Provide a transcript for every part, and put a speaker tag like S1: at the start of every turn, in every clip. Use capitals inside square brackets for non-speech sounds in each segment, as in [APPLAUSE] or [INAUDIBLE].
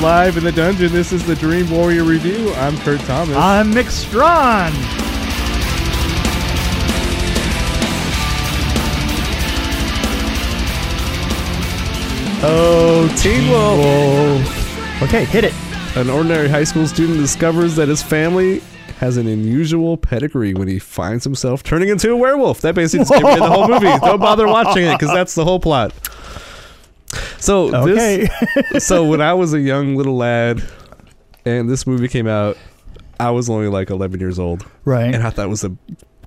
S1: live in the dungeon. This is the Dream Warrior Review. I'm Kurt Thomas.
S2: I'm Mick Strawn.
S1: oh, Teen Wolf.
S2: Okay, hit it.
S1: An ordinary high school student discovers that his family has an unusual pedigree when he finds himself turning into a werewolf. That basically just gave away the whole [LAUGHS] movie. Don't bother watching it because that's the whole plot. So this-
S2: Okay.
S1: [LAUGHS] so when I was a young little lad, and this movie came out, I was only like 11 years old.
S2: [LAUGHS] right.
S1: and I thought it was the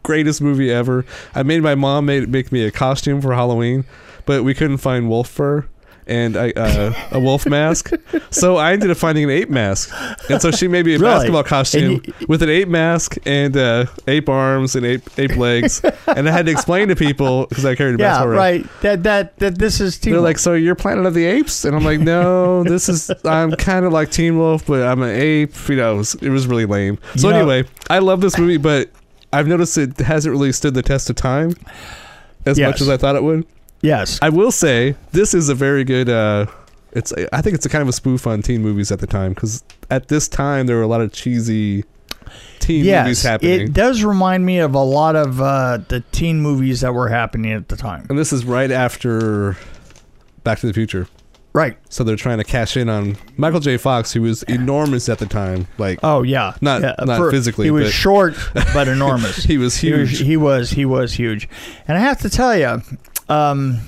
S1: greatest movie ever. I made my mom made, make me a costume for Halloween, but we couldn't find wolf fur and I, uh, a
S2: [LAUGHS]
S1: wolf mask, so I ended up finding an ape mask, and so she made me a
S2: Really?
S1: basketball costume
S2: And you-
S1: with an ape mask and uh, ape arms and ape ape legs, and I had to explain to people because I carried a
S2: [LAUGHS] yeah,
S1: basketball. around.
S2: right. That that that this is too
S1: They're like, so you're Planet of the Apes, and I'm like, no, this is I'm kind of like Teen Wolf, but I'm an ape. You know, it was, it was really lame. So
S2: You know-
S1: anyway, I love this movie, but I've noticed it hasn't really stood the test of time as
S2: Yes.
S1: much as I thought it would.
S2: Yes.
S1: I will say this is a very good. Uh, it's I think it's a kind of a spoof on teen movies at the time because at this time there were a lot of cheesy teen movies
S2: Yes.
S1: happening.
S2: It does remind me of a lot of uh, the teen movies that were happening at the time.
S1: and this is right after Back to the Future.
S2: Right.
S1: So they're trying to cash in on Michael J. Fox, who was enormous at the time. Like
S2: Oh yeah.
S1: Not-
S2: Yeah,
S1: not physically,
S2: He was
S1: but-
S2: short but
S1: [LAUGHS]
S2: enormous.
S1: he was
S2: He was-
S1: huge.
S2: He was, he was huge, and I have to tell you, um,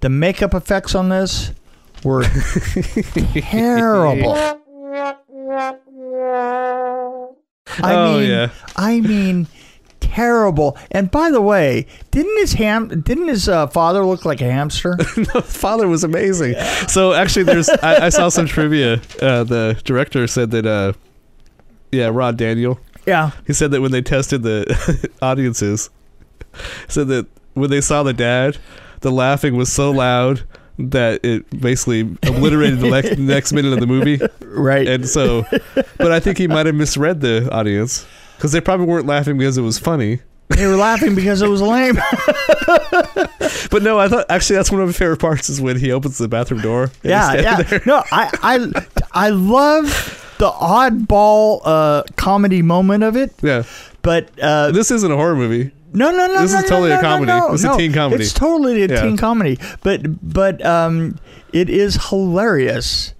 S2: the makeup effects on this
S1: [LAUGHS]
S2: were terrible. I
S1: Oh,
S2: mean,
S1: yeah.
S2: I mean, terrible. And by the way, didn't his ham? Didn't his uh, father look like a
S1: [LAUGHS]
S2: hamster?
S1: father was amazing. So actually, there's I, I saw some trivia. Uh, the director said that. Uh, yeah, Rod Daniel.
S2: yeah.
S1: He said that when they tested the [LAUGHS] audiences, said that when they saw the dad, the laughing was so loud that it basically obliterated the
S2: [LAUGHS]
S1: le- next minute of the movie.
S2: Right.
S1: And so, but I think he might have misread the audience because they probably weren't laughing because it was funny.
S2: they were laughing because it
S1: [LAUGHS]
S2: was lame.
S1: But no, I thought actually that's one of my favorite parts is when he opens the bathroom door. and he's
S2: yeah.
S1: standing
S2: Yeah.
S1: there.
S2: No, I, I, I love the oddball uh, comedy moment of it,
S1: [LAUGHS] Yeah.
S2: but uh,
S1: This isn't a horror movie.
S2: No, no, no.
S1: This
S2: no,
S1: is
S2: no,
S1: totally
S2: no,
S1: a
S2: no,
S1: comedy.
S2: No,
S1: It's a
S2: no.
S1: teen comedy.
S2: It's totally a
S1: Yeah.
S2: teen comedy, but but um, it is hilarious.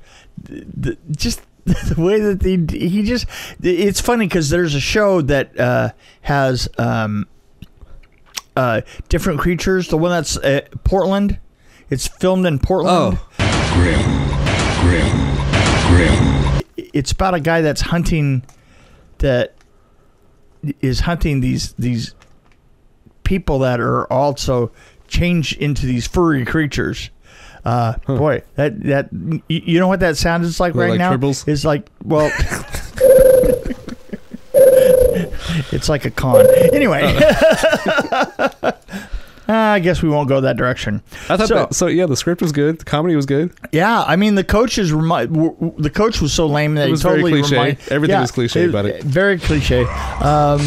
S2: Th- th- just [LAUGHS] the way that they he just it's funny because there's a show that uh, has um, uh, different creatures. The one that's uh, Portland. It's filmed in Portland.
S1: Oh.
S2: It's about a guy that's hunting that is hunting these these people that are also changed into these furry creatures. Uh, Boy, that that you, you know what that sound is like
S1: They're
S2: right
S1: like
S2: now?
S1: tribbles?
S2: It's like
S1: [LAUGHS]
S2: well, it's like a con. Anyway,
S1: Oh.
S2: [LAUGHS] Ah, I guess we won't go that direction.
S1: I thought
S2: So-
S1: so, that, so. Yeah, the script was good. The comedy was good.
S2: Yeah, I mean the coaches remi- w- w- the coach was so lame that
S1: It was
S2: he
S1: very
S2: totally
S1: cliche.
S2: remind-
S1: Everything was cliche about it.
S2: Very cliche. Um,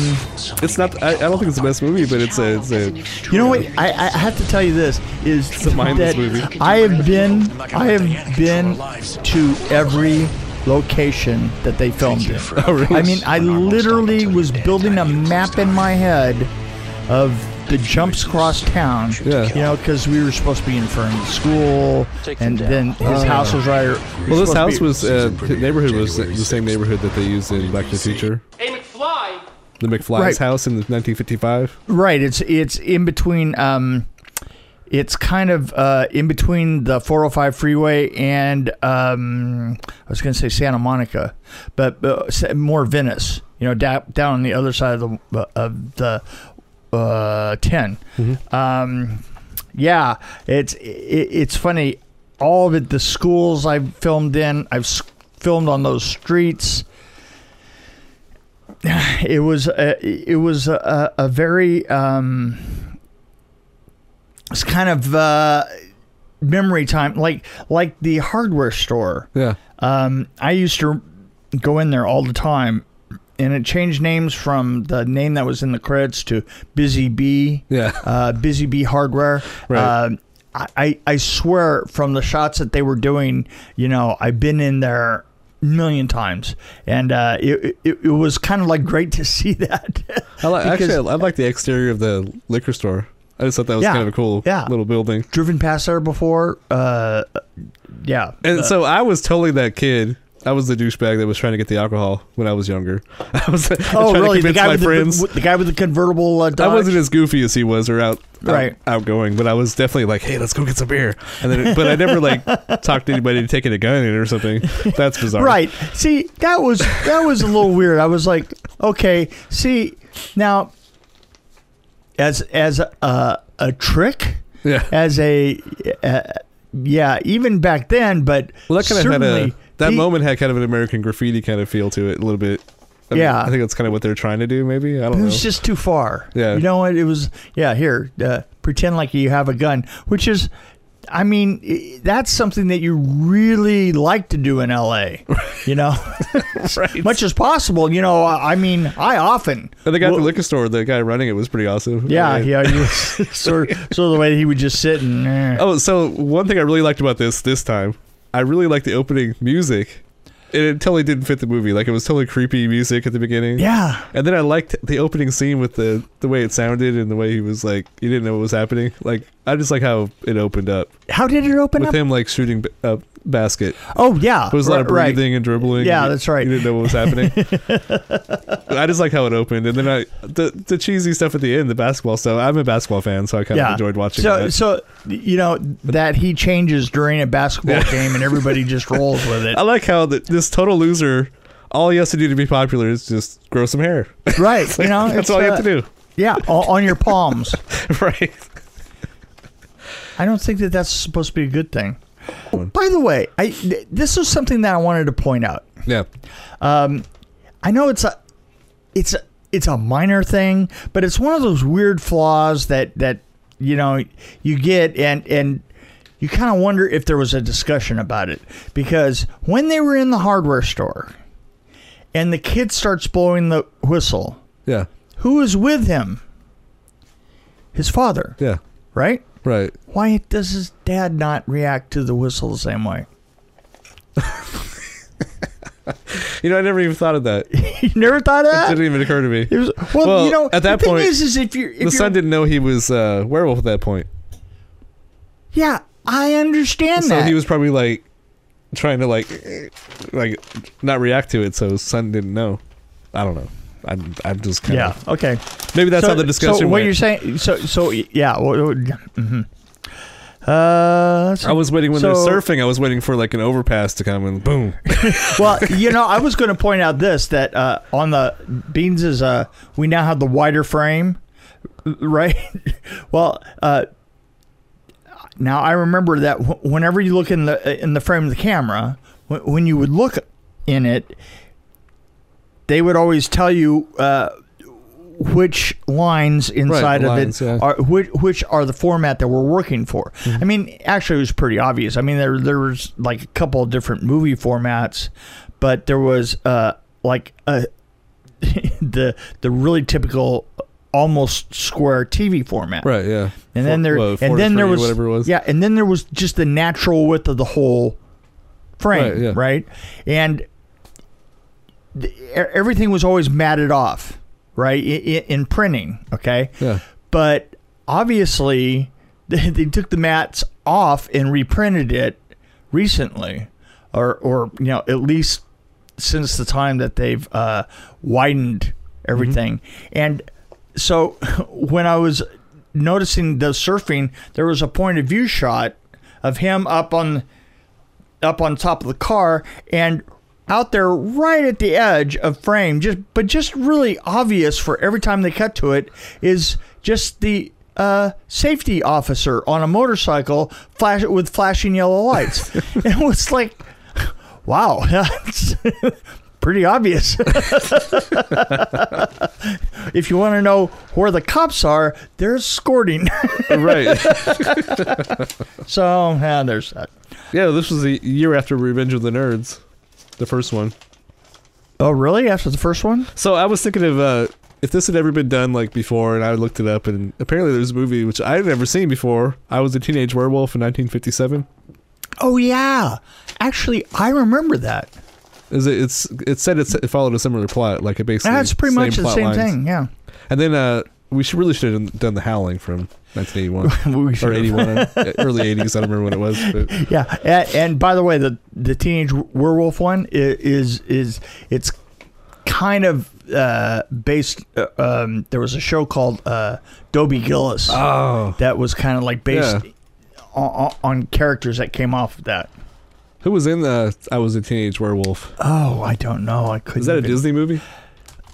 S1: It's not. I, I don't think it's the best movie, but it's a. It's a
S2: you know what? I, I have to tell you this is
S1: a mindless
S2: that
S1: movie.
S2: I have been I have been to every location that they filmed it.
S1: Oh, really?
S2: I mean, I literally was building a map in my head of the jumps across town.
S1: Yeah.
S2: You know, because we were supposed to be in front of school, and then his house was right.
S1: Uh, well, this house was uh, the neighborhood was the same neighborhood that they used in Back to the Future.
S3: Hey, McFly!
S1: The McFly's
S2: Right.
S1: house in 1955.
S2: Right. It's it's in between. Um, it's kind of uh, in between the 405 freeway and um, I was going to say Santa Monica, but, but s- more Venice. You know, da- down on the other side of the of the uh, 10 Um, yeah, it's it, it's funny. All of it, the schools I've filmed in, I've s- filmed on those streets. It was a, it was a, a very um, it's kind of uh, memory time, like like the hardware store.
S1: Yeah.
S2: Um, I used to go in there all the time, and it changed names from the name that was in the credits to Busy Bee
S1: Yeah.
S2: uh, Busy Bee Hardware.
S1: Right.
S2: Um, I, I, I swear from the shots that they were doing, you know, I've been in there a million times, and uh, it, it it was kind of like great to [LAUGHS] see that.
S1: I like,
S2: Because-
S1: actually, I, I like the exterior of the liquor store. I just thought that was
S2: Yeah,
S1: kind of a cool
S2: yeah.
S1: little building.
S2: Driven past there before, uh, yeah, Uh,
S1: And so I was totally that kid. I was the douchebag that was trying to get the alcohol when I was younger. [LAUGHS] I was I was [LAUGHS]
S2: Oh,
S1: trying
S2: really?
S1: to
S2: The
S1: convince
S2: guy,
S1: my
S2: with
S1: friends.
S2: The, the guy with the convertible uh, Dodge?
S1: I wasn't as goofy as he was or out, out-
S2: Right.
S1: outgoing, but I was definitely like, "Hey, let's go get some beer." And then, but I never
S2: [LAUGHS]
S1: like talked to anybody to taking a gun in or something. That's bizarre,
S2: right. See, that was that was a little weird. I was like, okay. See, now, as as a a trick,
S1: Yeah.
S2: as a uh, yeah, even back then, but
S1: Well, that kind of had
S2: certainly
S1: a that
S2: he-
S1: moment had kind of an American graffiti kind of feel to it a little bit. I mean,
S2: Yeah.
S1: I think that's kind of what they're trying to do. Maybe I
S2: It
S1: don't know.
S2: was just too far.
S1: Yeah.
S2: You know what? It was, yeah, here, uh, pretend like you have a gun, which is, I mean, i- that's something that you really like to do in LA,
S1: [LAUGHS]
S2: you know,
S1: Right.
S2: [LAUGHS] much as possible. You know, I I mean, I often.
S1: And the guy at
S2: Well-
S1: the liquor store, the guy running it was pretty awesome.
S2: Yeah,
S1: I mean-
S2: yeah,
S1: [LAUGHS]
S2: you [LAUGHS] sort, sort of the way he would just sit and. eh.
S1: Oh, so one thing I really liked about this this time, I really liked the opening music. And it totally didn't fit the movie. Like it was totally creepy music at the beginning.
S2: Yeah.
S1: And then I liked the opening scene with the the way it sounded and the way he was like he didn't know what was happening. Like I just like how it opened up
S2: How did it open
S1: with
S2: up?
S1: him like shooting b- a basket.
S2: Oh, yeah.
S1: There was a lot of
S2: right, right.
S1: breathing and dribbling.
S2: Yeah,
S1: and
S2: that's right.
S1: You didn't know what was
S2: [LAUGHS]
S1: happening. I just like how it opened, and then I the the cheesy stuff at the end, the basketball stuff. I'm a basketball fan, so I kind of
S2: Yeah.
S1: enjoyed watching
S2: So,
S1: that.
S2: so you know that he changes during a basketball
S1: Yeah.
S2: game, and everybody just rolls with
S1: [LAUGHS]
S2: it.
S1: I like how the, this total loser, all he has to do to be popular is just grow some hair.
S2: Right. you know,
S1: [LAUGHS] That's
S2: it's,
S1: all you
S2: uh,
S1: have to do,
S2: Yeah, o- on your palms.
S1: right?
S2: I don't think that that's supposed to be a good thing. By the way, I th- this is something that I wanted to point out.
S1: Yeah,
S2: Um, I know it's a, it's a, it's a minor thing, but it's one of those weird flaws that that you know you get and and you kind of wonder if there was a discussion about it because when they were in the hardware store and the kid starts blowing the whistle,
S1: yeah,
S2: who is with him? His father,
S1: yeah.
S2: right?
S1: Right.
S2: Why does his dad not react to the whistle the same way? [LAUGHS]
S1: You know, I never even thought of that.
S2: [LAUGHS]
S1: It
S2: you never thought of that?
S1: didn't even occur to me.
S2: It was, well,
S1: Well,
S2: you know,
S1: at that
S2: the thing
S1: point,
S2: is, is if you're if
S1: The
S2: you're,
S1: son didn't know he was uh, werewolf at that point,
S2: yeah, I understand
S1: so
S2: that.
S1: he was probably like trying to like eh, like not react to it. So his son didn't know. I don't know. I'm I'm just kind
S2: yeah,
S1: of
S2: okay.
S1: maybe that's
S2: so,
S1: how the discussion
S2: So what
S1: went.
S2: you're saying? So so yeah. Mm-hmm. Uh,
S1: I
S2: so-
S1: was waiting when
S2: so-
S1: they're surfing. I was waiting for like an overpass to come and boom.
S2: well, you know, I was going to point out this that uh, on the beans is uh, we now have the wider frame, [LAUGHS] right? well, uh, now I remember that wh- whenever you look in the uh, in the frame of the camera, wh- when you would look in it, they would always tell you. Uh, which lines inside of
S1: lines,
S2: it
S1: yeah. Mm-hmm.
S2: are which, which are the format that we're working for. I mean, actually, it was pretty obvious. I mean, there there was like a couple of different movie formats, but there was uh like a [LAUGHS] the the really typical almost square TV format.
S1: Right. Yeah.
S2: And then there
S1: Well,
S2: and
S1: 43,
S2: then there was
S1: whatever it was.
S2: Yeah, and then there was just the natural width of the whole frame,
S1: Right, yeah.
S2: right? And the, e- everything was always matted off, right? i i- in printing, okay? [LAUGHS]
S1: Yeah.
S2: but obviously [LAUGHS] they, they took the mats off and reprinted it recently or or you know at least since the time that they've uh, widened everything and so [LAUGHS] when i was noticing the surfing there was a point of view shot of him up on up on top of the car and out there right at the edge of frame just but just really obvious for every time they cut to it is just the uh, safety officer on a motorcycle flash with flashing yellow lights and it was like wow [LAUGHS] that's pretty obvious [LAUGHS] if you want to know where the cops are they're escorting
S1: right.
S2: [LAUGHS] so yeah there's that
S1: Yeah, this was the year after Revenge of the Nerds, the first one.
S2: oh really after the first one
S1: So I was thinking of uh, if this had ever been done like before, and I looked it up, and apparently there's a movie which I had never seen before. I was a teenage werewolf in 1957.
S2: Oh yeah, actually, I remember that.
S1: Is it? It's it said it's, it followed a similar plot, like it basically.
S2: That's pretty much the
S1: plot
S2: same
S1: lines.
S2: thing. Yeah.
S1: And then uh, we should really should have done the Howling from
S2: [LAUGHS]
S1: 1981
S2: We
S1: or
S2: should-
S1: 81, uh, early 80s. I don't remember when it was.
S2: [LAUGHS]
S1: But
S2: Yeah, and, and by the way, the the teenage werewolf one i- is is it's kind of uh, based. Uh, um, there was a show called uh, Dobie Gillis
S1: oh,
S2: that was kind of like based
S1: Yeah.
S2: on, on characters that came off of that.
S1: who was in the I was a teenage werewolf?
S2: Oh, I don't know. I couldn't.
S1: Is that a
S2: even-
S1: Disney movie?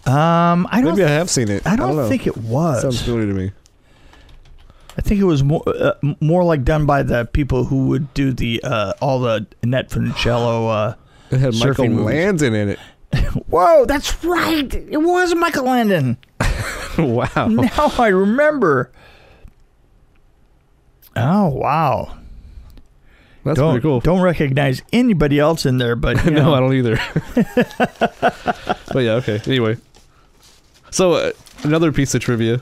S2: Um, I don't.
S1: Maybe I have seen it.
S2: I don't,
S1: know.
S2: think it
S1: sounds
S2: was.
S1: familiar to me.
S2: I think it was more uh, m- more like done by the people who would do the uh, all the Net Funicello. uh,
S1: It had Michael
S2: Surfing movies.
S1: Landon in it.
S2: Uh, Whoa, that's right. It was Michael Landon.
S1: [LAUGHS] wow.
S2: [LAUGHS] now I remember. Oh wow!
S1: That's
S2: don't
S1: pretty cool.
S2: don't recognize anybody else in there, but
S1: [LAUGHS]
S2: you
S1: no,
S2: know,
S1: I don't [LAUGHS] either. but yeah, okay. Anyway. So, uh, another piece of trivia.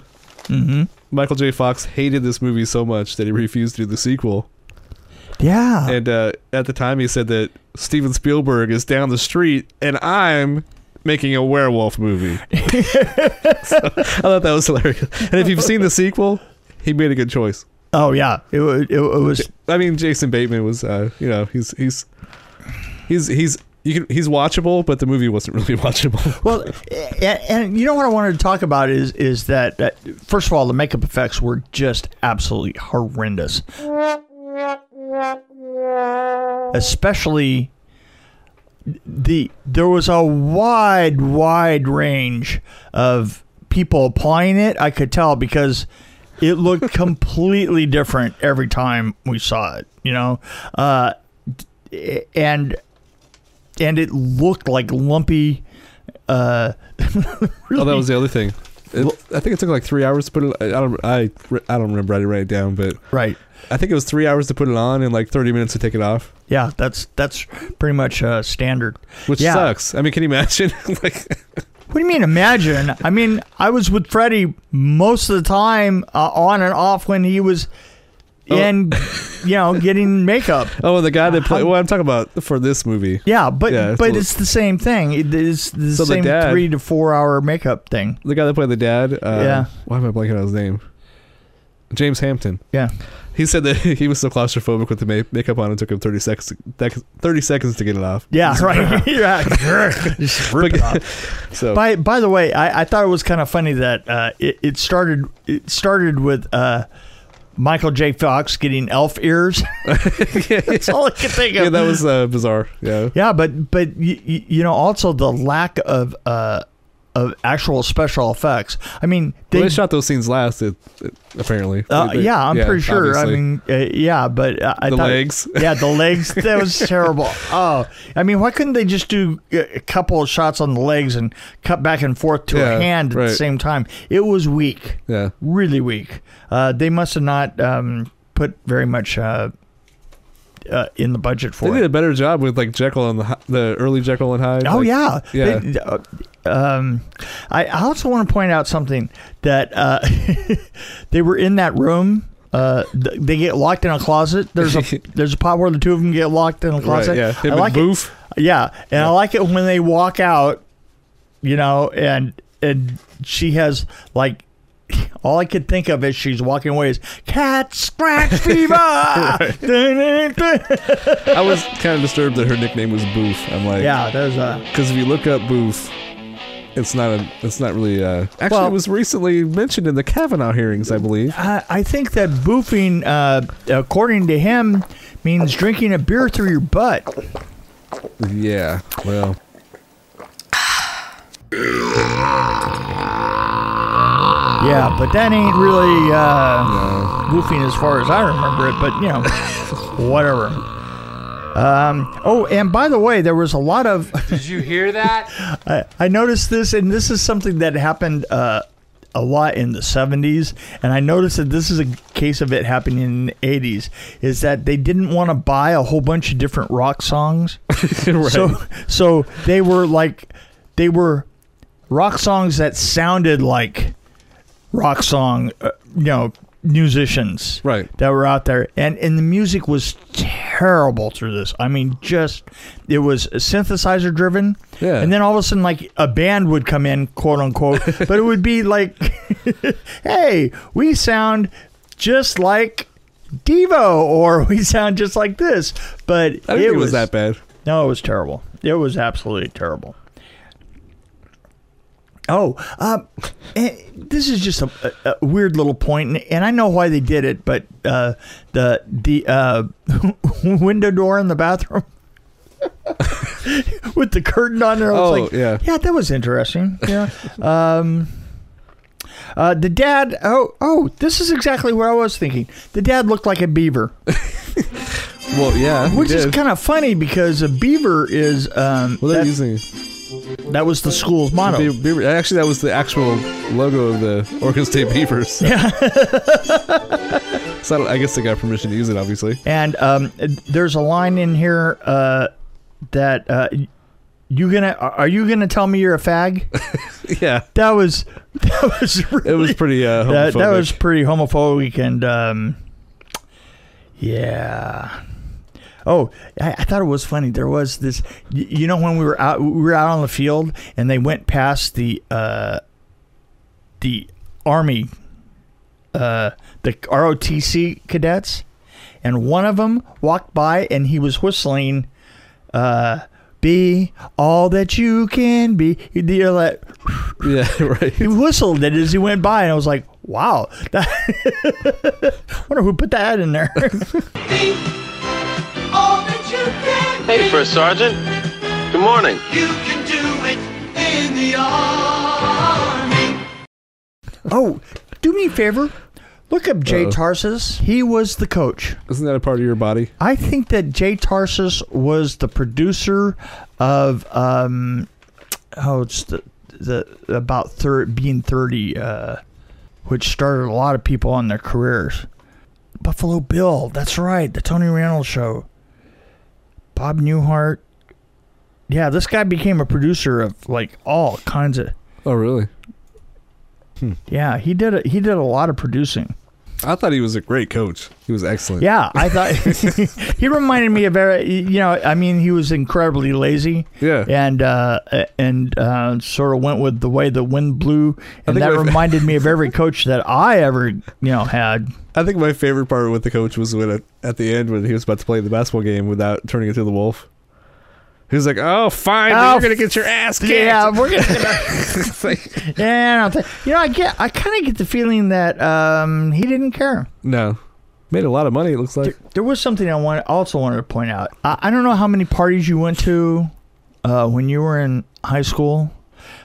S2: hmm
S1: Michael J. Fox hated this movie so much that he refused to do the sequel. [LAUGHS]
S2: Yeah,
S1: And uh, at the time, he said that Steven Spielberg is down the street and I'm making a werewolf movie. [LAUGHS] so, I thought that was hilarious. And if you've seen the sequel, he made a good choice.
S2: oh yeah, it, wa- it, wa- it was
S1: I mean, Jason Bateman was, uh, you know, he's he's he's he's you can, he's watchable, but the movie wasn't [LAUGHS] really watchable.
S2: well, and, and you know what I wanted to talk about is is that, that first of all the makeup effects were just absolutely horrendous, especially the there was a wide wide range of people applying it i could tell because it
S1: [LAUGHS]
S2: looked completely different every time we saw it you know uh d- and and it looked like lumpy uh [LAUGHS]
S1: Oh, that was the other thing. It- I think it took like three hours to put it. I don't. I, I don't remember. I didn't write it down, but
S2: right
S1: I think it was three hours to put it on and like thirty minutes to take it off,
S2: yeah that's that's pretty much uh standard
S1: which
S2: Yeah.
S1: sucks. I mean, can you imagine? [LAUGHS] like,
S2: What do you mean? Imagine. I mean, I was with Freddie most of the time, uh, on and off when he was in, you know, getting makeup.
S1: oh, and the guy that played.
S2: How-
S1: Well, I'm talking about for this movie.
S2: Uh-huh. Yeah, but
S1: Yeah, it's a
S2: but
S1: little-
S2: it's the same thing. It is the
S1: So the
S2: same
S1: dad-
S2: three to four hour makeup thing.
S1: The guy that played the dad. Uh,
S2: Yeah.
S1: Why am I blanking on his name? James Hampton.
S2: Yeah.
S1: He said that [LAUGHS] he was so claustrophobic with the ma- makeup on, it took him 30 seconds, thirty seconds to get it off.
S2: Yeah,
S1: [LAUGHS]
S2: right. [LAUGHS] yeah. Just rip it off.
S1: So [LAUGHS]
S2: By by the way, I, I thought it was kind of funny that uh, it, it started it started with uh, Michael J. Fox getting elf ears. [LAUGHS] That's all I could think of.
S1: yeah, that was uh, bizarre. Yeah.
S2: Yeah, but but you, you know also the lack of uh of actual special effects. I mean,
S1: They,
S2: they,
S1: well, they shot those scenes last, it, it- apparently.
S2: uh,
S1: They- they-
S2: yeah, I'm pretty sure.
S1: obviously.
S2: I mean, uh, yeah, but uh, I
S1: the
S2: thought,
S1: legs.
S2: Yeah, the legs.
S1: [LAUGHS]
S2: That was terrible. Oh, I mean, why couldn't they just do a a couple of shots on the legs and cut back and forth to
S1: Yeah,
S2: a hand at
S1: right.
S2: the same time? It was weak,
S1: Yeah.
S2: really weak. Uh, they must have not um, put very much uh, uh, in the budget for
S1: They
S2: it.
S1: did a better job with like Jekyll and the, Hy- the early Jekyll and Hyde.
S2: Oh
S1: like-
S2: yeah,
S1: yeah.
S2: They- uh, um, I I also want to point out something that uh, [LAUGHS] they were in that room. Uh, th- they get locked in a closet. There's a
S1: [LAUGHS]
S2: there's a pot where the two of them get locked in a
S1: Right,
S2: closet.
S1: yeah. Him
S2: I
S1: and
S2: like it.
S1: Boof.
S2: Yeah, and
S1: Yeah.
S2: I like it when they walk out. You know, and and she has like. [LAUGHS] All I could think of as she's walking away is cat
S1: [LAUGHS]
S2: scratch fever.
S1: I was kind of disturbed that her nickname was Boof. I'm like,
S2: [LAUGHS] yeah, uh, there's a
S1: Because if you look up Boof, it's not a, it's not really. Uh, actually,
S2: Well-
S1: it was recently mentioned in the Kavanaugh hearings, I believe.
S2: I I think that boofing, uh, according to him, means drinking a beer through your butt.
S1: Yeah. Well.
S2: Yeah, but that ain't really uh, boofing as far as I remember it. But you know, [LAUGHS] whatever. Um, oh, and by the way, there was a lot of.
S3: Did you hear that?
S2: I, I noticed this, and this is something that happened uh, a lot in the 70s, and I noticed that this is a case of it happening in the 80s, is that they didn't want to buy a whole bunch of different rock songs. So so they were like they were rock songs that sounded like rock song, uh, you know, musicians
S1: Right.
S2: that were out there, and and the music was terrible through this. I mean, just it was synthesizer driven,
S1: Yeah.
S2: and then all of a sudden, like a band would come in,
S1: [LAUGHS]
S2: quote unquote, but it would be like, [LAUGHS] hey, we sound just like. Devo, or we sound just like this,
S1: I
S2: but
S1: didn't think it was that bad.
S2: no, it was terrible. It was absolutely terrible. Oh, uh, eh, this is just a, a, a weird little point, and- and I know why they did it, but uh, the the uh, [LAUGHS] window door in the bathroom [LAUGHS] with the curtain on there. I was
S1: Oh,
S2: like,
S1: yeah.
S2: yeah, that was interesting. Yeah. um, uh, the dad. Oh, oh, this is exactly where I was thinking. The dad looked like a beaver.
S1: Well, yeah.
S2: Which
S1: it
S2: is
S1: did.
S2: kind of funny because a beaver is um,
S1: Well, they're
S2: that-
S1: using
S2: that was the school's motto.
S1: Be- Beaver- Actually, that was the actual logo of the Oregon State Beavers.
S2: [LAUGHS]
S1: Yeah. so I, don't- I guess they got permission to use it, obviously.
S2: [LAUGHS] And um, there's a line in here uh, that uh,
S1: [LAUGHS]
S2: you gonna are you gonna tell me you're a fag?
S1: Yeah.
S2: that was [LAUGHS] that was really,
S1: It was pretty uh, homophobic.
S2: that,
S1: [LAUGHS]
S2: that was pretty homophobic and um, yeah. Oh, I, I thought it was funny. There was this, y- you know, when we were out, we were out on the field, and they went past the uh, the army, uh, the ROTC cadets, and one of them walked by, and he was whistling, uh, "Be all that you can be." You're like,
S1: Yeah, right.
S2: [LAUGHS] he whistled it as he went by, and I was like, "Wow, that [LAUGHS] wonder who put that in there."
S3: be [LAUGHS] all that you can be.
S4: Hey, First Sergeant. Good morning.
S3: You can do it in the army.
S2: [LAUGHS] oh, do me a favor, look up Jay
S1: Uh-oh.
S2: Tarsus. He was the coach.
S1: Isn't that a part of your body?
S2: I think that Jay Tarsus was the producer of um, oh, it's the the about thir- being thirty, uh, which started a lot of people on their careers. Buffalo Bill, that's right, the Tony Randall show. Bob Newhart, yeah, this guy became a producer of like all kinds of.
S1: Oh, really?
S2: Yeah, he did a, he did a lot of producing.
S1: I thought he was a great coach. He was excellent.
S2: Yeah, I thought [LAUGHS] he reminded me of very, you know, I mean, he was incredibly lazy.
S1: Yeah.
S2: [LAUGHS] and uh, and uh, sort of went with the way the wind blew, and
S1: think
S2: that
S1: my-
S2: reminded me of every coach that I ever you know had.
S1: I think my favorite part with the coach was when at, at the end when he was about to play the basketball game without turning into the wolf. He was like, "Oh, fine, but
S2: Oh,
S1: you're gonna get your ass kicked." [LAUGHS]
S2: Yeah, we're gonna.
S1: It's like,
S2: yeah, I don't think- you know, I get, I kind of get the feeling that um, he didn't care.
S1: no, made a lot of money. It looks
S2: [LAUGHS]
S1: like.
S2: There was something I want, also wanted to point out. I, I don't know how many parties you went to uh, when you were in high school,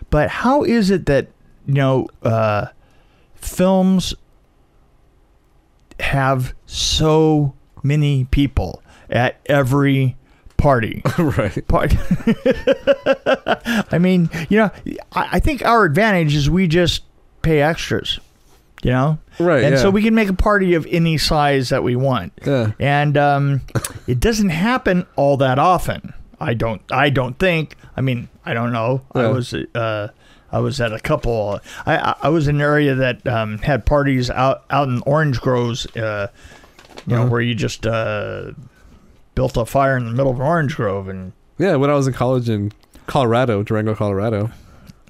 S2: but how is it that you know uh, films have so many people at every party? [LAUGHS]
S1: right.
S2: part. I mean, you know, I, I think our advantage is we just pay extras, you know,
S1: Right.
S2: and
S1: yeah.
S2: so we can make a party of any size that we want,
S1: Yeah.
S2: and um, it doesn't happen all that often. I don't. I don't think. I mean, I don't know. I
S1: Yeah.
S2: was. Uh, I was at a couple. I, I, I was in an area that um, had parties out out in orange groves. Uh, you know,
S1: Uh-huh.
S2: where you just uh, built a fire in the middle of an orange grove and
S1: Yeah, when I was in college in Colorado, Durango, Colorado,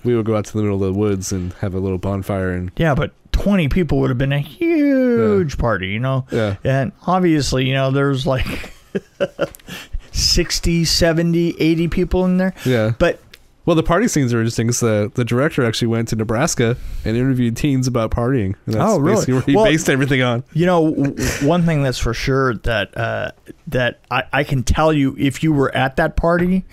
S1: we would go out to the middle of the woods and have a little bonfire and
S2: Yeah, but 20 people would have been a huge party, you know?
S1: yeah,
S2: And obviously, you know, there's like [LAUGHS] 60, 70, 80 people in there.
S1: yeah.
S2: But
S1: Well, the party scenes are interesting. 'cause the the director actually went to Nebraska and interviewed teens about partying. And that's
S2: Oh, really?
S1: basically where he
S2: Well-
S1: based everything on.
S2: You know, w- one thing that's for sure that uh, that I, I can tell you if you were at that party,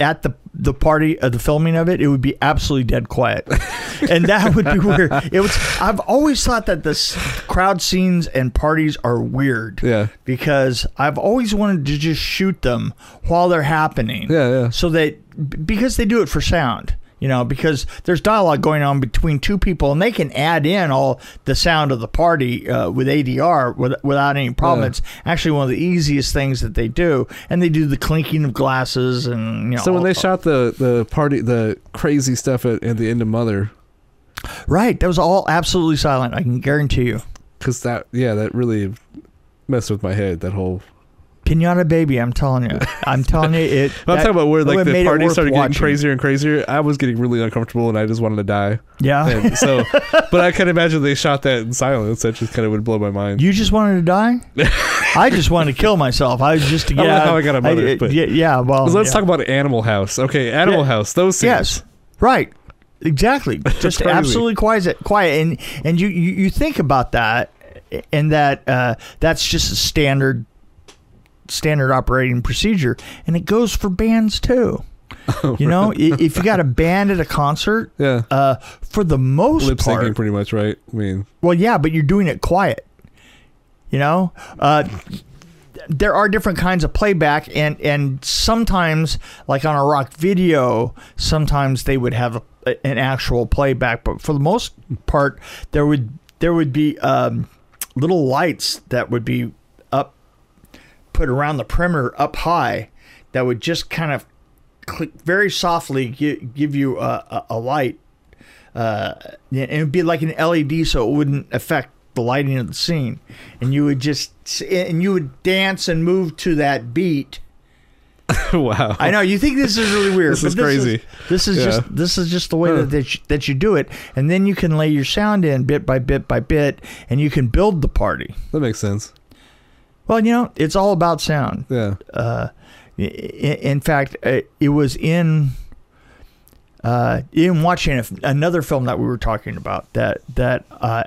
S2: at the the party of the filming of it, it would be absolutely dead quiet, [LAUGHS] and that would be weird. It was. I've always thought that this crowd scenes and parties are weird.
S1: Yeah.
S2: Because I've always wanted to just shoot them while they're happening.
S1: Yeah, yeah.
S2: So that because they do it for sound. You know, because there's dialogue going on between two people, and they can add in all the sound of the party uh, with ADR with, without any problem.
S1: Yeah.
S2: It's actually one of the easiest things that they do, and they do the clinking of glasses and you know.
S1: So when
S2: all-
S1: they shot the the party, the crazy stuff at, at the end of Mother,
S2: right, that was all absolutely silent. I can guarantee you.
S1: because that yeah, that really messed with my head. That whole.
S2: Pinata baby, I'm
S1: [LAUGHS]
S2: telling you, I'm telling you it.
S1: I'm
S2: that-
S1: talking about where
S2: it
S1: like the
S2: made it
S1: party
S2: worth
S1: started
S2: watching.
S1: getting crazier and crazier. I was getting really uncomfortable and I just wanted to die.
S2: [LAUGHS] Yeah,
S1: And so, but I can imagine they shot that in silence. That just kind of would blow my mind.
S2: you just wanted
S1: [LAUGHS]
S2: to die. I just wanted to kill myself. I was just to
S1: I don't
S2: get
S1: know
S2: out.
S1: how I got a mother, but-
S2: yeah, yeah, well,
S1: 'Cause let's
S2: yeah.
S1: talk about Animal House. Okay, Animal
S2: Yeah.
S1: House. Those scenes.
S2: Yes, right,
S1: [LAUGHS]
S2: exactly. Just
S1: crazy.
S2: absolutely quiet, quiet, and and you, you you think about that, and that uh, that's just a standard standard operating procedure, and it goes for
S1: [LAUGHS]
S2: bands too. you know, i- if you got a band at a concert,
S1: Yeah.
S2: uh, for the most
S1: Lip
S2: part,
S1: syncing, pretty much, right? I
S2: [LAUGHS]
S1: mean,
S2: Well, yeah, but you're doing it quiet. You know, uh, there are different kinds of playback, and and sometimes, like on a rock video, sometimes they would have a, an actual playback, but for the most part, there would there would be um, little lights that would be up put around the perimeter up high that would just kind of click very softly give, give you a, a, a light uh, yeah, and it would be like an LED, so it wouldn't affect the lighting of the scene. And you would just and you would dance and move to that beat.
S1: wow.
S2: I know you think this is really weird.
S1: This
S2: but
S1: is crazy.
S2: This is
S1: Yeah.
S2: just this is just the way
S1: Huh.
S2: that that you, that you do it, and then you can lay your sound in bit by bit by bit, and you can build the party.
S1: That makes sense.
S2: Well, you know, it's all about sound.
S1: Yeah.
S2: Uh, i- i- in fact, uh, it was in uh, in watching a f another film that we were talking about that that uh,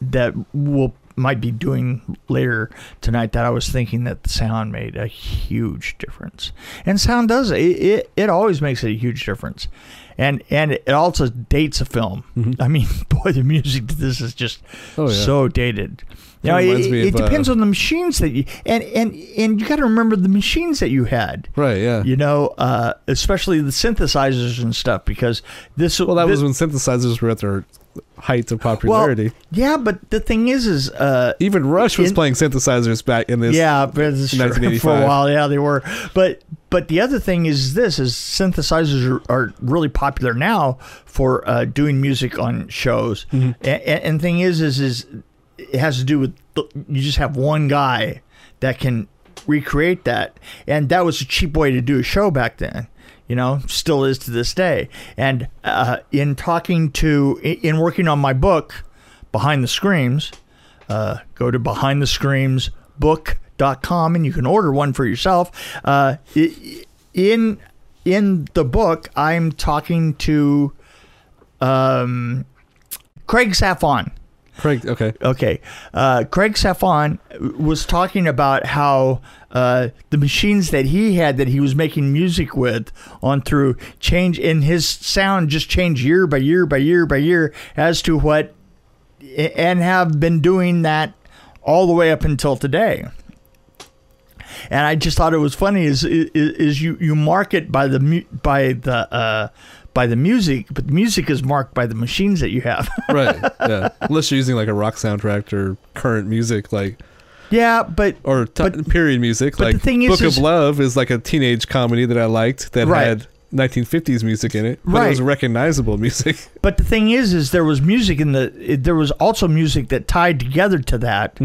S2: that will might be doing later tonight that I was thinking that the sound made a huge difference and sound does it it, it always makes a huge difference and and it also dates a film I mean [LAUGHS] boy the music to this is just
S1: Mm-hmm. Oh, yeah.
S2: so dated you
S1: It
S2: know, it,
S1: reminds me
S2: it
S1: of, uh,
S2: depends on the machines that you and and and you got to remember the machines that you had
S1: Right. Yeah.
S2: you know, uh, especially the synthesizers and stuff, because this.
S1: Well, that
S2: this,
S1: was when synthesizers were at their height of popularity.
S2: yeah, but the thing is, is uh,
S1: Even Rush was
S2: in-
S1: playing synthesizers back in this.
S2: yeah, but it's true. [LAUGHS] for
S1: 1985.
S2: a while, yeah, they were. But but the other thing is this: is synthesizers are, are really popular now for uh, doing music on shows. And, and thing is, is is it has to do with the- you just have one guy that can recreate that, and that was a cheap way to do a show back then. You know, still is to this day. And uh, in talking to, in- in working on my book, Behind the Screams, uh, go to behindthescreamsbook.com and you can order one for yourself. Uh, i- in in the book, I'm talking to um, Craig Safon.
S1: Craig. Okay.
S2: Okay, uh, Craig Safon was talking about how uh, the machines that he had that he was making music with on through change in his sound just changed year by year by year by year as to what and have been doing that all the way up until today. And I just thought it was funny is is, is you you mark it by the mu- by the uh, by the music, but the music is marked by the machines that you have. [LAUGHS]
S1: Right. Yeah. Unless you're using like a rock soundtrack or current music, like
S2: yeah, but
S1: or t-
S2: But-
S1: period music.
S2: but
S1: like
S2: the thing is-
S1: Book
S2: is-
S1: of Love is like a teenage comedy that I liked that
S2: Right.
S1: had 1950s music in it, but it was
S2: Right.
S1: recognizable music.
S2: But the thing is, is there was music in the. It, there was also music that tied together to that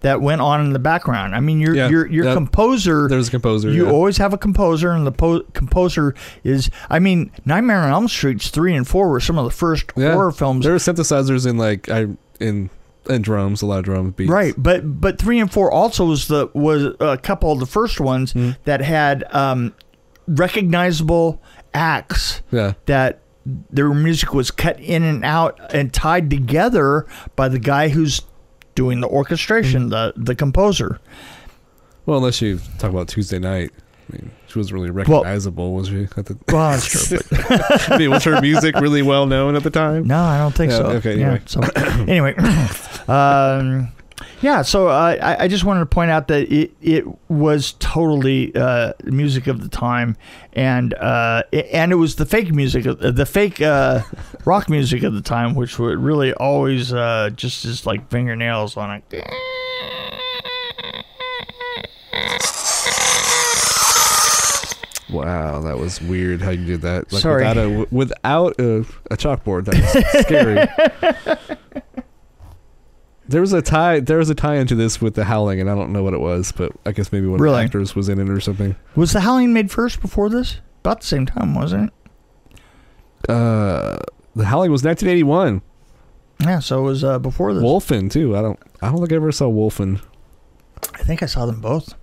S2: that went on in the background. I mean, your
S1: Yeah,
S2: your your
S1: that-
S2: composer.
S1: There's a composer.
S2: You
S1: yeah.
S2: always have a composer, and the po- composer is. I mean, Nightmare on Elm Streets three and four were some of the first
S1: Yeah.
S2: horror films.
S1: There were synthesizers in like I in and drums, a lot of drum beats.
S2: Right, but but three and four also was the was a couple of the first ones
S1: Mm.
S2: that had um, recognizable acts
S1: Yeah.
S2: that their music was cut in and out and tied together by the guy who's doing the orchestration, the the composer.
S1: Well, unless you talk about Tuesday night. I mean, she was really recognizable, was she? At
S2: [LAUGHS]
S1: the, [LAUGHS]
S2: Well, that's true. but-
S1: I mean, was her music really well known at the time?
S2: no, I don't think
S1: Yeah,
S2: so. [COUGHS]
S1: okay,
S2: Yeah,
S1: anyway.
S2: so- anyway, um, Yeah, so uh, I, I just wanted to point out that it, it was totally uh, music of the time, and uh, it, and it was the fake music, uh, the fake uh, rock music of the time, which were really always uh, just is like fingernails on it.
S1: Wow, that was weird how you did that. Like
S2: Sorry.
S1: Without a, without a, a chalkboard, that was scary.
S2: [LAUGHS]
S1: There was a tie. There was a tie into this with the howling, and I don't know what it was, but I guess maybe one of
S2: Really?
S1: the actors was in it or something.
S2: Was the Howling made first before this? About the same time, wasn't it?
S1: Uh, the howling was 1981.
S2: Yeah, so it was uh, before this.
S1: Wolfen too. I don't. I don't think I ever saw Wolfen.
S2: I think I saw them both.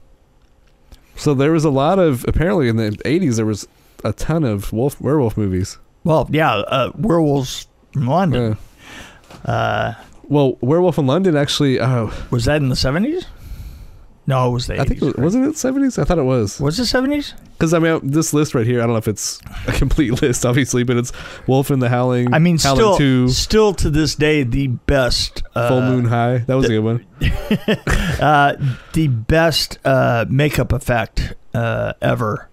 S1: So there was a lot of apparently in the 80s there was a ton of wolf werewolf movies.
S2: Well, yeah, uh, werewolves from London.
S1: Yeah.
S2: Uh,
S1: Well, Werewolf in London actually. Oh,
S2: was that in the seventies? No, it was the. 80s,
S1: I think it was,
S2: right?
S1: wasn't it 70s? I thought it was.
S2: Was it seventies?
S1: Because I mean, this list right here, I don't know if it's a complete [LAUGHS] list, obviously, but it's Wolf and the Howling.
S2: I mean,
S1: Howling
S2: still,
S1: Mm-hmm. Two,
S2: still to this day, the best uh,
S1: Full Moon High. That was a good one.
S2: [LAUGHS] uh, the best uh, makeup effect uh, ever.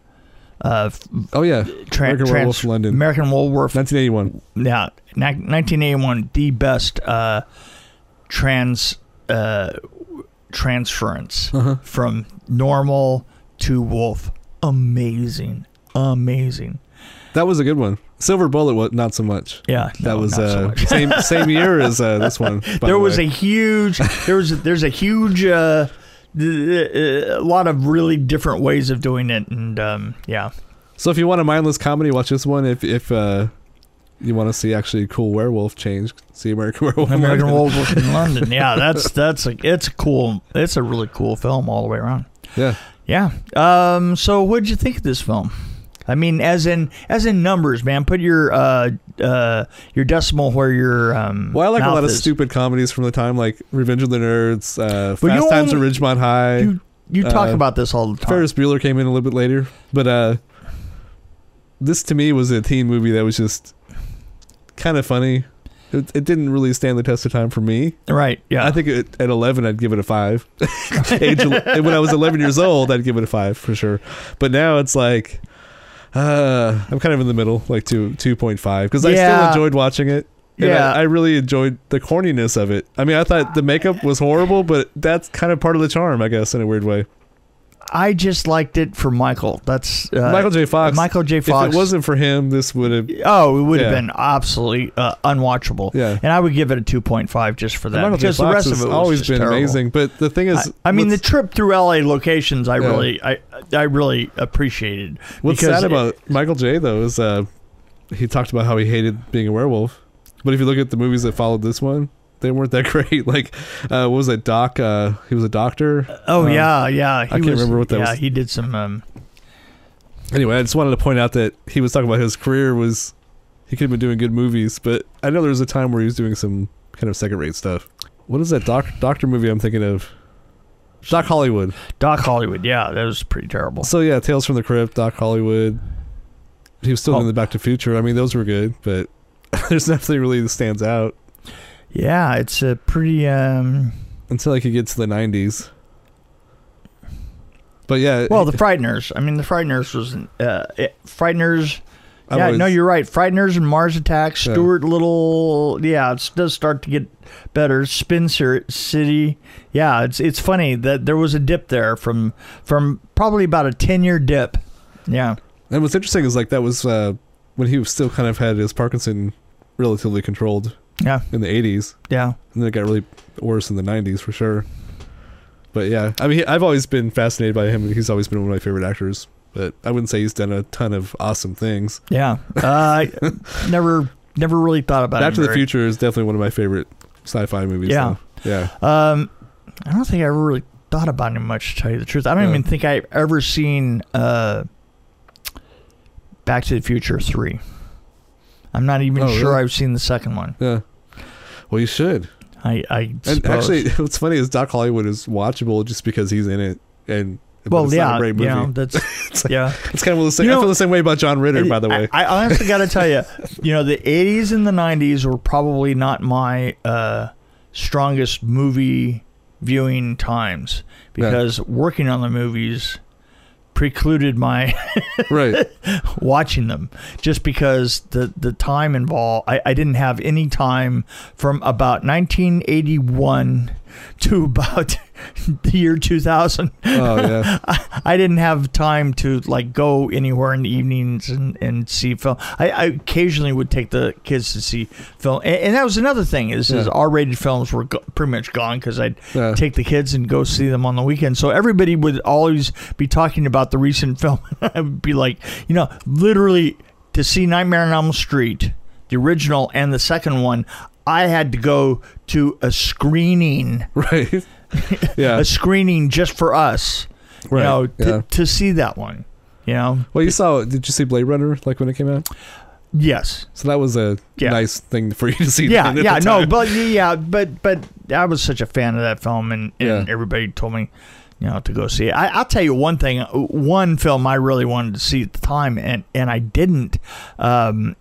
S2: Uh,
S1: Oh yeah,
S2: tra-
S1: American Werewolf
S2: trans-
S1: in London,
S2: American Werewolf.
S1: 1981.
S2: Yeah, na- 1981, the best uh, trans uh, transference
S1: Uh-huh.
S2: from normal to wolf. Amazing, amazing.
S1: That was a good one. Silver Bullet, was not so much.
S2: Yeah,
S1: That
S2: no,
S1: was
S2: not so
S1: uh,
S2: much.
S1: same same year as uh, this
S2: [LAUGHS]
S1: one. [LAUGHS] by
S2: there
S1: the
S2: was
S1: way.
S2: a huge there was there's a huge uh, th- th- a lot of really different ways of doing it and um, yeah
S1: So if you want a mindless comedy, watch this one. If if uh, you want to see actually cool werewolf change, see American [LAUGHS] Werewolf. in
S2: American
S1: London. [LAUGHS]
S2: Werewolf in London yeah that's that's a, it's a cool it's a really cool film all the way around
S1: Yeah.
S2: yeah um, so what did you think of this film I mean as in as in numbers man put your uh, uh, your decimal where your um,
S1: Well, I like a
S2: mouth
S1: lot of
S2: is.
S1: stupid comedies from the time, like Revenge of the Nerds, uh,
S2: Well, you
S1: Fast Times at
S2: only-
S1: Ridgemont High.
S2: you you talk
S1: uh,
S2: about this all the time
S1: Ferris Bueller came in a little bit later, but uh, this to me was a teen movie that was just kind of funny. It, it didn't really stand the test of time for me.
S2: right yeah
S1: I think it, at 11, I'd give it a five. [LAUGHS] Age, el- when I was 11 years old, I'd give it a five for sure. But now it's like, uh, I'm kind of in the middle, like two, 2.5, because I still
S2: Yeah.
S1: enjoyed watching it. And
S2: Yeah.
S1: I, I really enjoyed the corniness of it. I mean, I thought the makeup was horrible, but that's kind of part of the charm, I guess, in a weird way.
S2: I just liked it for Michael. That's uh,
S1: Michael J. Fox.
S2: Michael J.
S1: If
S2: Fox.
S1: it wasn't for him, this would have.
S2: Oh, it would have
S1: Yeah.
S2: been absolutely uh, unwatchable.
S1: Yeah.
S2: and I would give it a two point five just for that.
S1: Michael J.
S2: because
S1: Fox
S2: the rest
S1: has
S2: of it was
S1: always
S2: just
S1: been
S2: terrible.
S1: amazing, but the thing
S2: I,
S1: is,
S2: I mean, the
S1: what's,
S2: trip through L.A. locations, I
S1: Yeah.
S2: really, I, I really appreciated.
S1: what's
S2: because
S1: sad about Michael J. though is uh, he talked about how he hated being a werewolf, but if you look at the movies that followed this one, they weren't that [LAUGHS] great. Like, uh, what was it, Doc? Uh, he was a doctor.
S2: Oh
S1: Um,
S2: yeah, yeah. He
S1: can't
S2: was,
S1: remember what that
S2: yeah,
S1: was.
S2: he did some. Um,
S1: Anyway, I just wanted to point out that he was talking about his career was he could have been doing good movies, but I know there was a time where he was doing some kind of second-rate stuff. What is that doc doctor movie I'm thinking of? Doc Hollywood.
S2: Doc Hollywood. Yeah, that was pretty terrible.
S1: So yeah, Tales from the Crypt, Doc Hollywood. He was still
S2: Oh.
S1: in the Back to Future. I mean, those were good, but [LAUGHS] there's nothing really that stands out
S2: Yeah, it's a pretty. Um,
S1: until I could get to the '90s. But yeah,
S2: well, the Frighteners. I mean, the Frighteners was uh, it, Frighteners.
S1: I'm
S2: yeah,
S1: always-
S2: no, you're right. Frighteners and Mars Attack,
S1: Yeah.
S2: Stuart Little. Yeah, it does start to get better. Spin Cir- City. Yeah, it's it's funny that there was a dip there from from probably about a ten year dip. Yeah,
S1: And what's interesting is like that was uh, when he was still kind of had his Parkinson relatively controlled
S2: yeah,
S1: in the '80s,
S2: yeah.
S1: and then it got really worse in the '90s for sure. But yeah, I mean, he- I've always been fascinated by him. and He's always been one of my favorite actors. But I wouldn't say he's done a ton of awesome things.
S2: Yeah, uh, I never never really thought about
S1: Back
S2: it
S1: to the
S2: very-
S1: Future is definitely one of my favorite sci-fi movies.
S2: Yeah.
S1: though. yeah.
S2: Um, I don't think I ever really thought about him much. To tell you the truth, I don't
S1: Yeah.
S2: even think I've ever seen uh, Back to the Future three. I'm not even
S1: Oh,
S2: sure
S1: really?
S2: I've seen the second one.
S1: Yeah. Well, you should.
S2: I, I
S1: And
S2: suppose.
S1: actually, [LAUGHS] what's funny is Doc Hollywood is watchable just because he's in it, and but
S2: well,
S1: it's
S2: yeah,
S1: not a great movie.
S2: you know, that's
S1: like-
S2: yeah.
S1: [LAUGHS] It's kind of the same.
S2: You
S1: I
S2: know-
S1: feel the same way about John Ritter, by the
S2: [LAUGHS]
S1: way.
S2: I, I honestly got to tell you, you know, the '80s and the '90s were probably not my uh, strongest movie viewing times
S1: Yeah.
S2: because working on the movies precluded my
S1: right.
S2: watching them just because the the time involved I, I didn't have any time from about 1981 [LAUGHS] to about [LAUGHS] the year 2000
S1: Oh
S2: [LAUGHS]
S1: yeah.
S2: I, I didn't have time to like go anywhere in the evenings and, and see film I, I occasionally would take the kids to see film and, and that was another thing is, is
S1: Yeah.
S2: r-rated films were go- pretty much gone because I'd
S1: Yeah.
S2: take the kids and go see them on the weekend. So everybody would always be talking about the recent [LAUGHS] film. I would be like, you know, literally to see Nightmare on Elm Street, the original and the second one, I had to go to a screening, [LAUGHS]
S1: Right. Yeah.
S2: a screening just for us,
S1: Right.
S2: you know, to,
S1: yeah.
S2: to see that one. You know,
S1: Well, you saw. Did you see Blade Runner like when it came out?
S2: yes,
S1: So that was a
S2: Yeah.
S1: nice thing for you to see.
S2: yeah,
S1: then at
S2: yeah,
S1: the
S2: no,
S1: time.
S2: but yeah, but but I was such a fan of that film, and, and
S1: Yeah.
S2: everybody told me, you know, to go see it. I, I'll tell you one thing, uh, one film I really wanted to see at the time, and and I didn't. Um,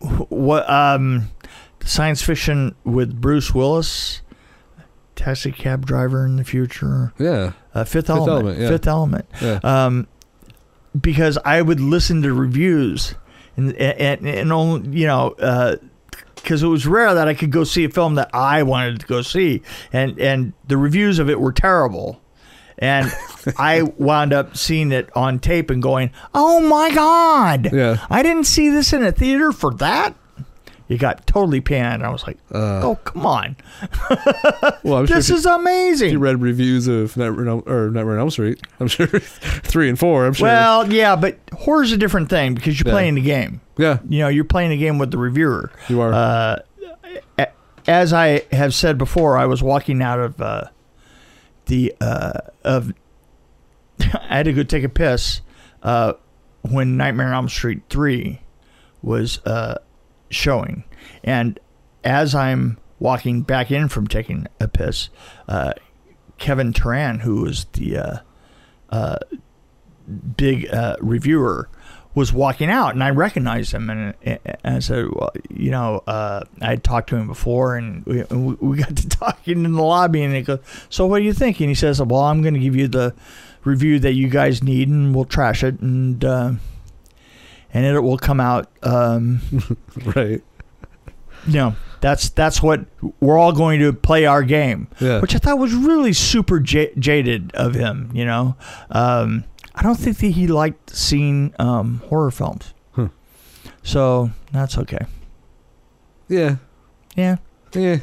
S2: wh- what um, science fiction with Bruce Willis, taxi cab driver in the future,
S1: yeah,
S2: uh, Fifth,
S1: Element,
S2: Element,
S1: yeah.
S2: Fifth Element
S1: yeah,
S2: um, because I would listen to reviews and and, and only you know because it was rare that I could go see a film that I wanted to go see, and and the reviews of it were terrible. And
S1: [LAUGHS]
S2: I wound up seeing it on tape and going, "Oh my god!
S1: Yeah.
S2: [LAUGHS] I didn't see this in a theater for that." It got totally panned. I was like, "Oh come on,
S1: Uh, Well, I'm sure
S2: this
S1: if you-
S2: is amazing!"
S1: if you read reviews of Nightmare on, or Nightmare on Elm Street. [LAUGHS] I'm sure three and four. I'm sure.
S2: Well, yeah, but horror's a different thing because you're
S1: Yeah.
S2: playing the game.
S1: yeah,
S2: you know you're playing a game with the reviewer
S1: you are.
S2: uh, a- as i have said before i was walking out of uh, the uh, of [LAUGHS] i had to go take a piss uh, when nightmare on elm street 3 was uh, showing and as i'm walking back in from taking a piss uh, kevin turan who was the uh, big uh, reviewer was walking out and I recognized him and, and I said, well, you know, uh, I had talked to him before and we, we we got to [LAUGHS] talking in the lobby and he goes, so what do you think? And he says, well, I'm going to give you the review that you guys need and we'll trash it and, uh, and it will come out, um,
S1: right.
S2: you know, that's, that's what we're all going to play our game
S1: Yeah.
S2: which I thought was really super j- jaded of him. You know, um, I don't think that he liked seeing um, horror films,
S1: Hmm.
S2: so that's okay.
S1: yeah.
S2: Yeah,
S1: Yeah.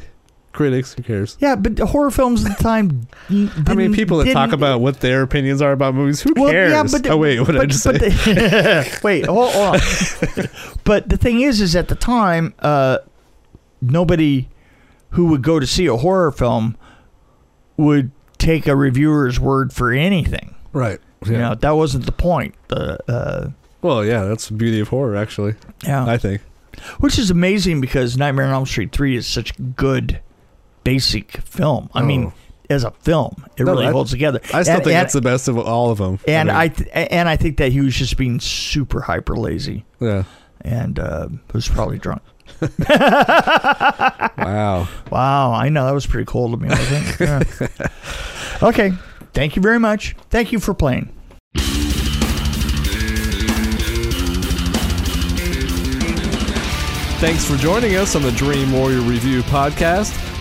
S1: Critics, who cares?
S2: yeah, but the horror films at the
S1: [LAUGHS]
S2: time.
S1: I mean, people that talk about what their opinions are about movies, who cares? oh wait, what did I just say?
S2: but [LAUGHS] the- wait,
S1: [LAUGHS]
S2: hold, hold on. but the thing is, is at the time, uh, nobody who would go to see a horror film would take a reviewer's word for anything.
S1: right. Yeah.
S2: You know, that wasn't the point. The uh,
S1: Well, yeah, that's the beauty of horror, actually.
S2: yeah,
S1: I think.
S2: which is amazing because Nightmare on Elm Street three is such a good basic film. I mean,
S1: Oh.
S2: as a film, it
S1: No,
S2: really
S1: I-
S2: holds together.
S1: I still
S2: And-
S1: think
S2: and,
S1: that's the best of all of them.
S2: and I
S1: mean,
S2: th- and I think that he was just being super hyper lazy
S1: yeah.
S2: and uh, was probably drunk.
S1: Wow.
S2: Wow, I know that was pretty cold of me.
S1: [LAUGHS]
S2: Wasn't it? Yeah. okay, thank you very much. Thank you for playing.
S1: Thanks for joining us on the Dream Warrior Review podcast.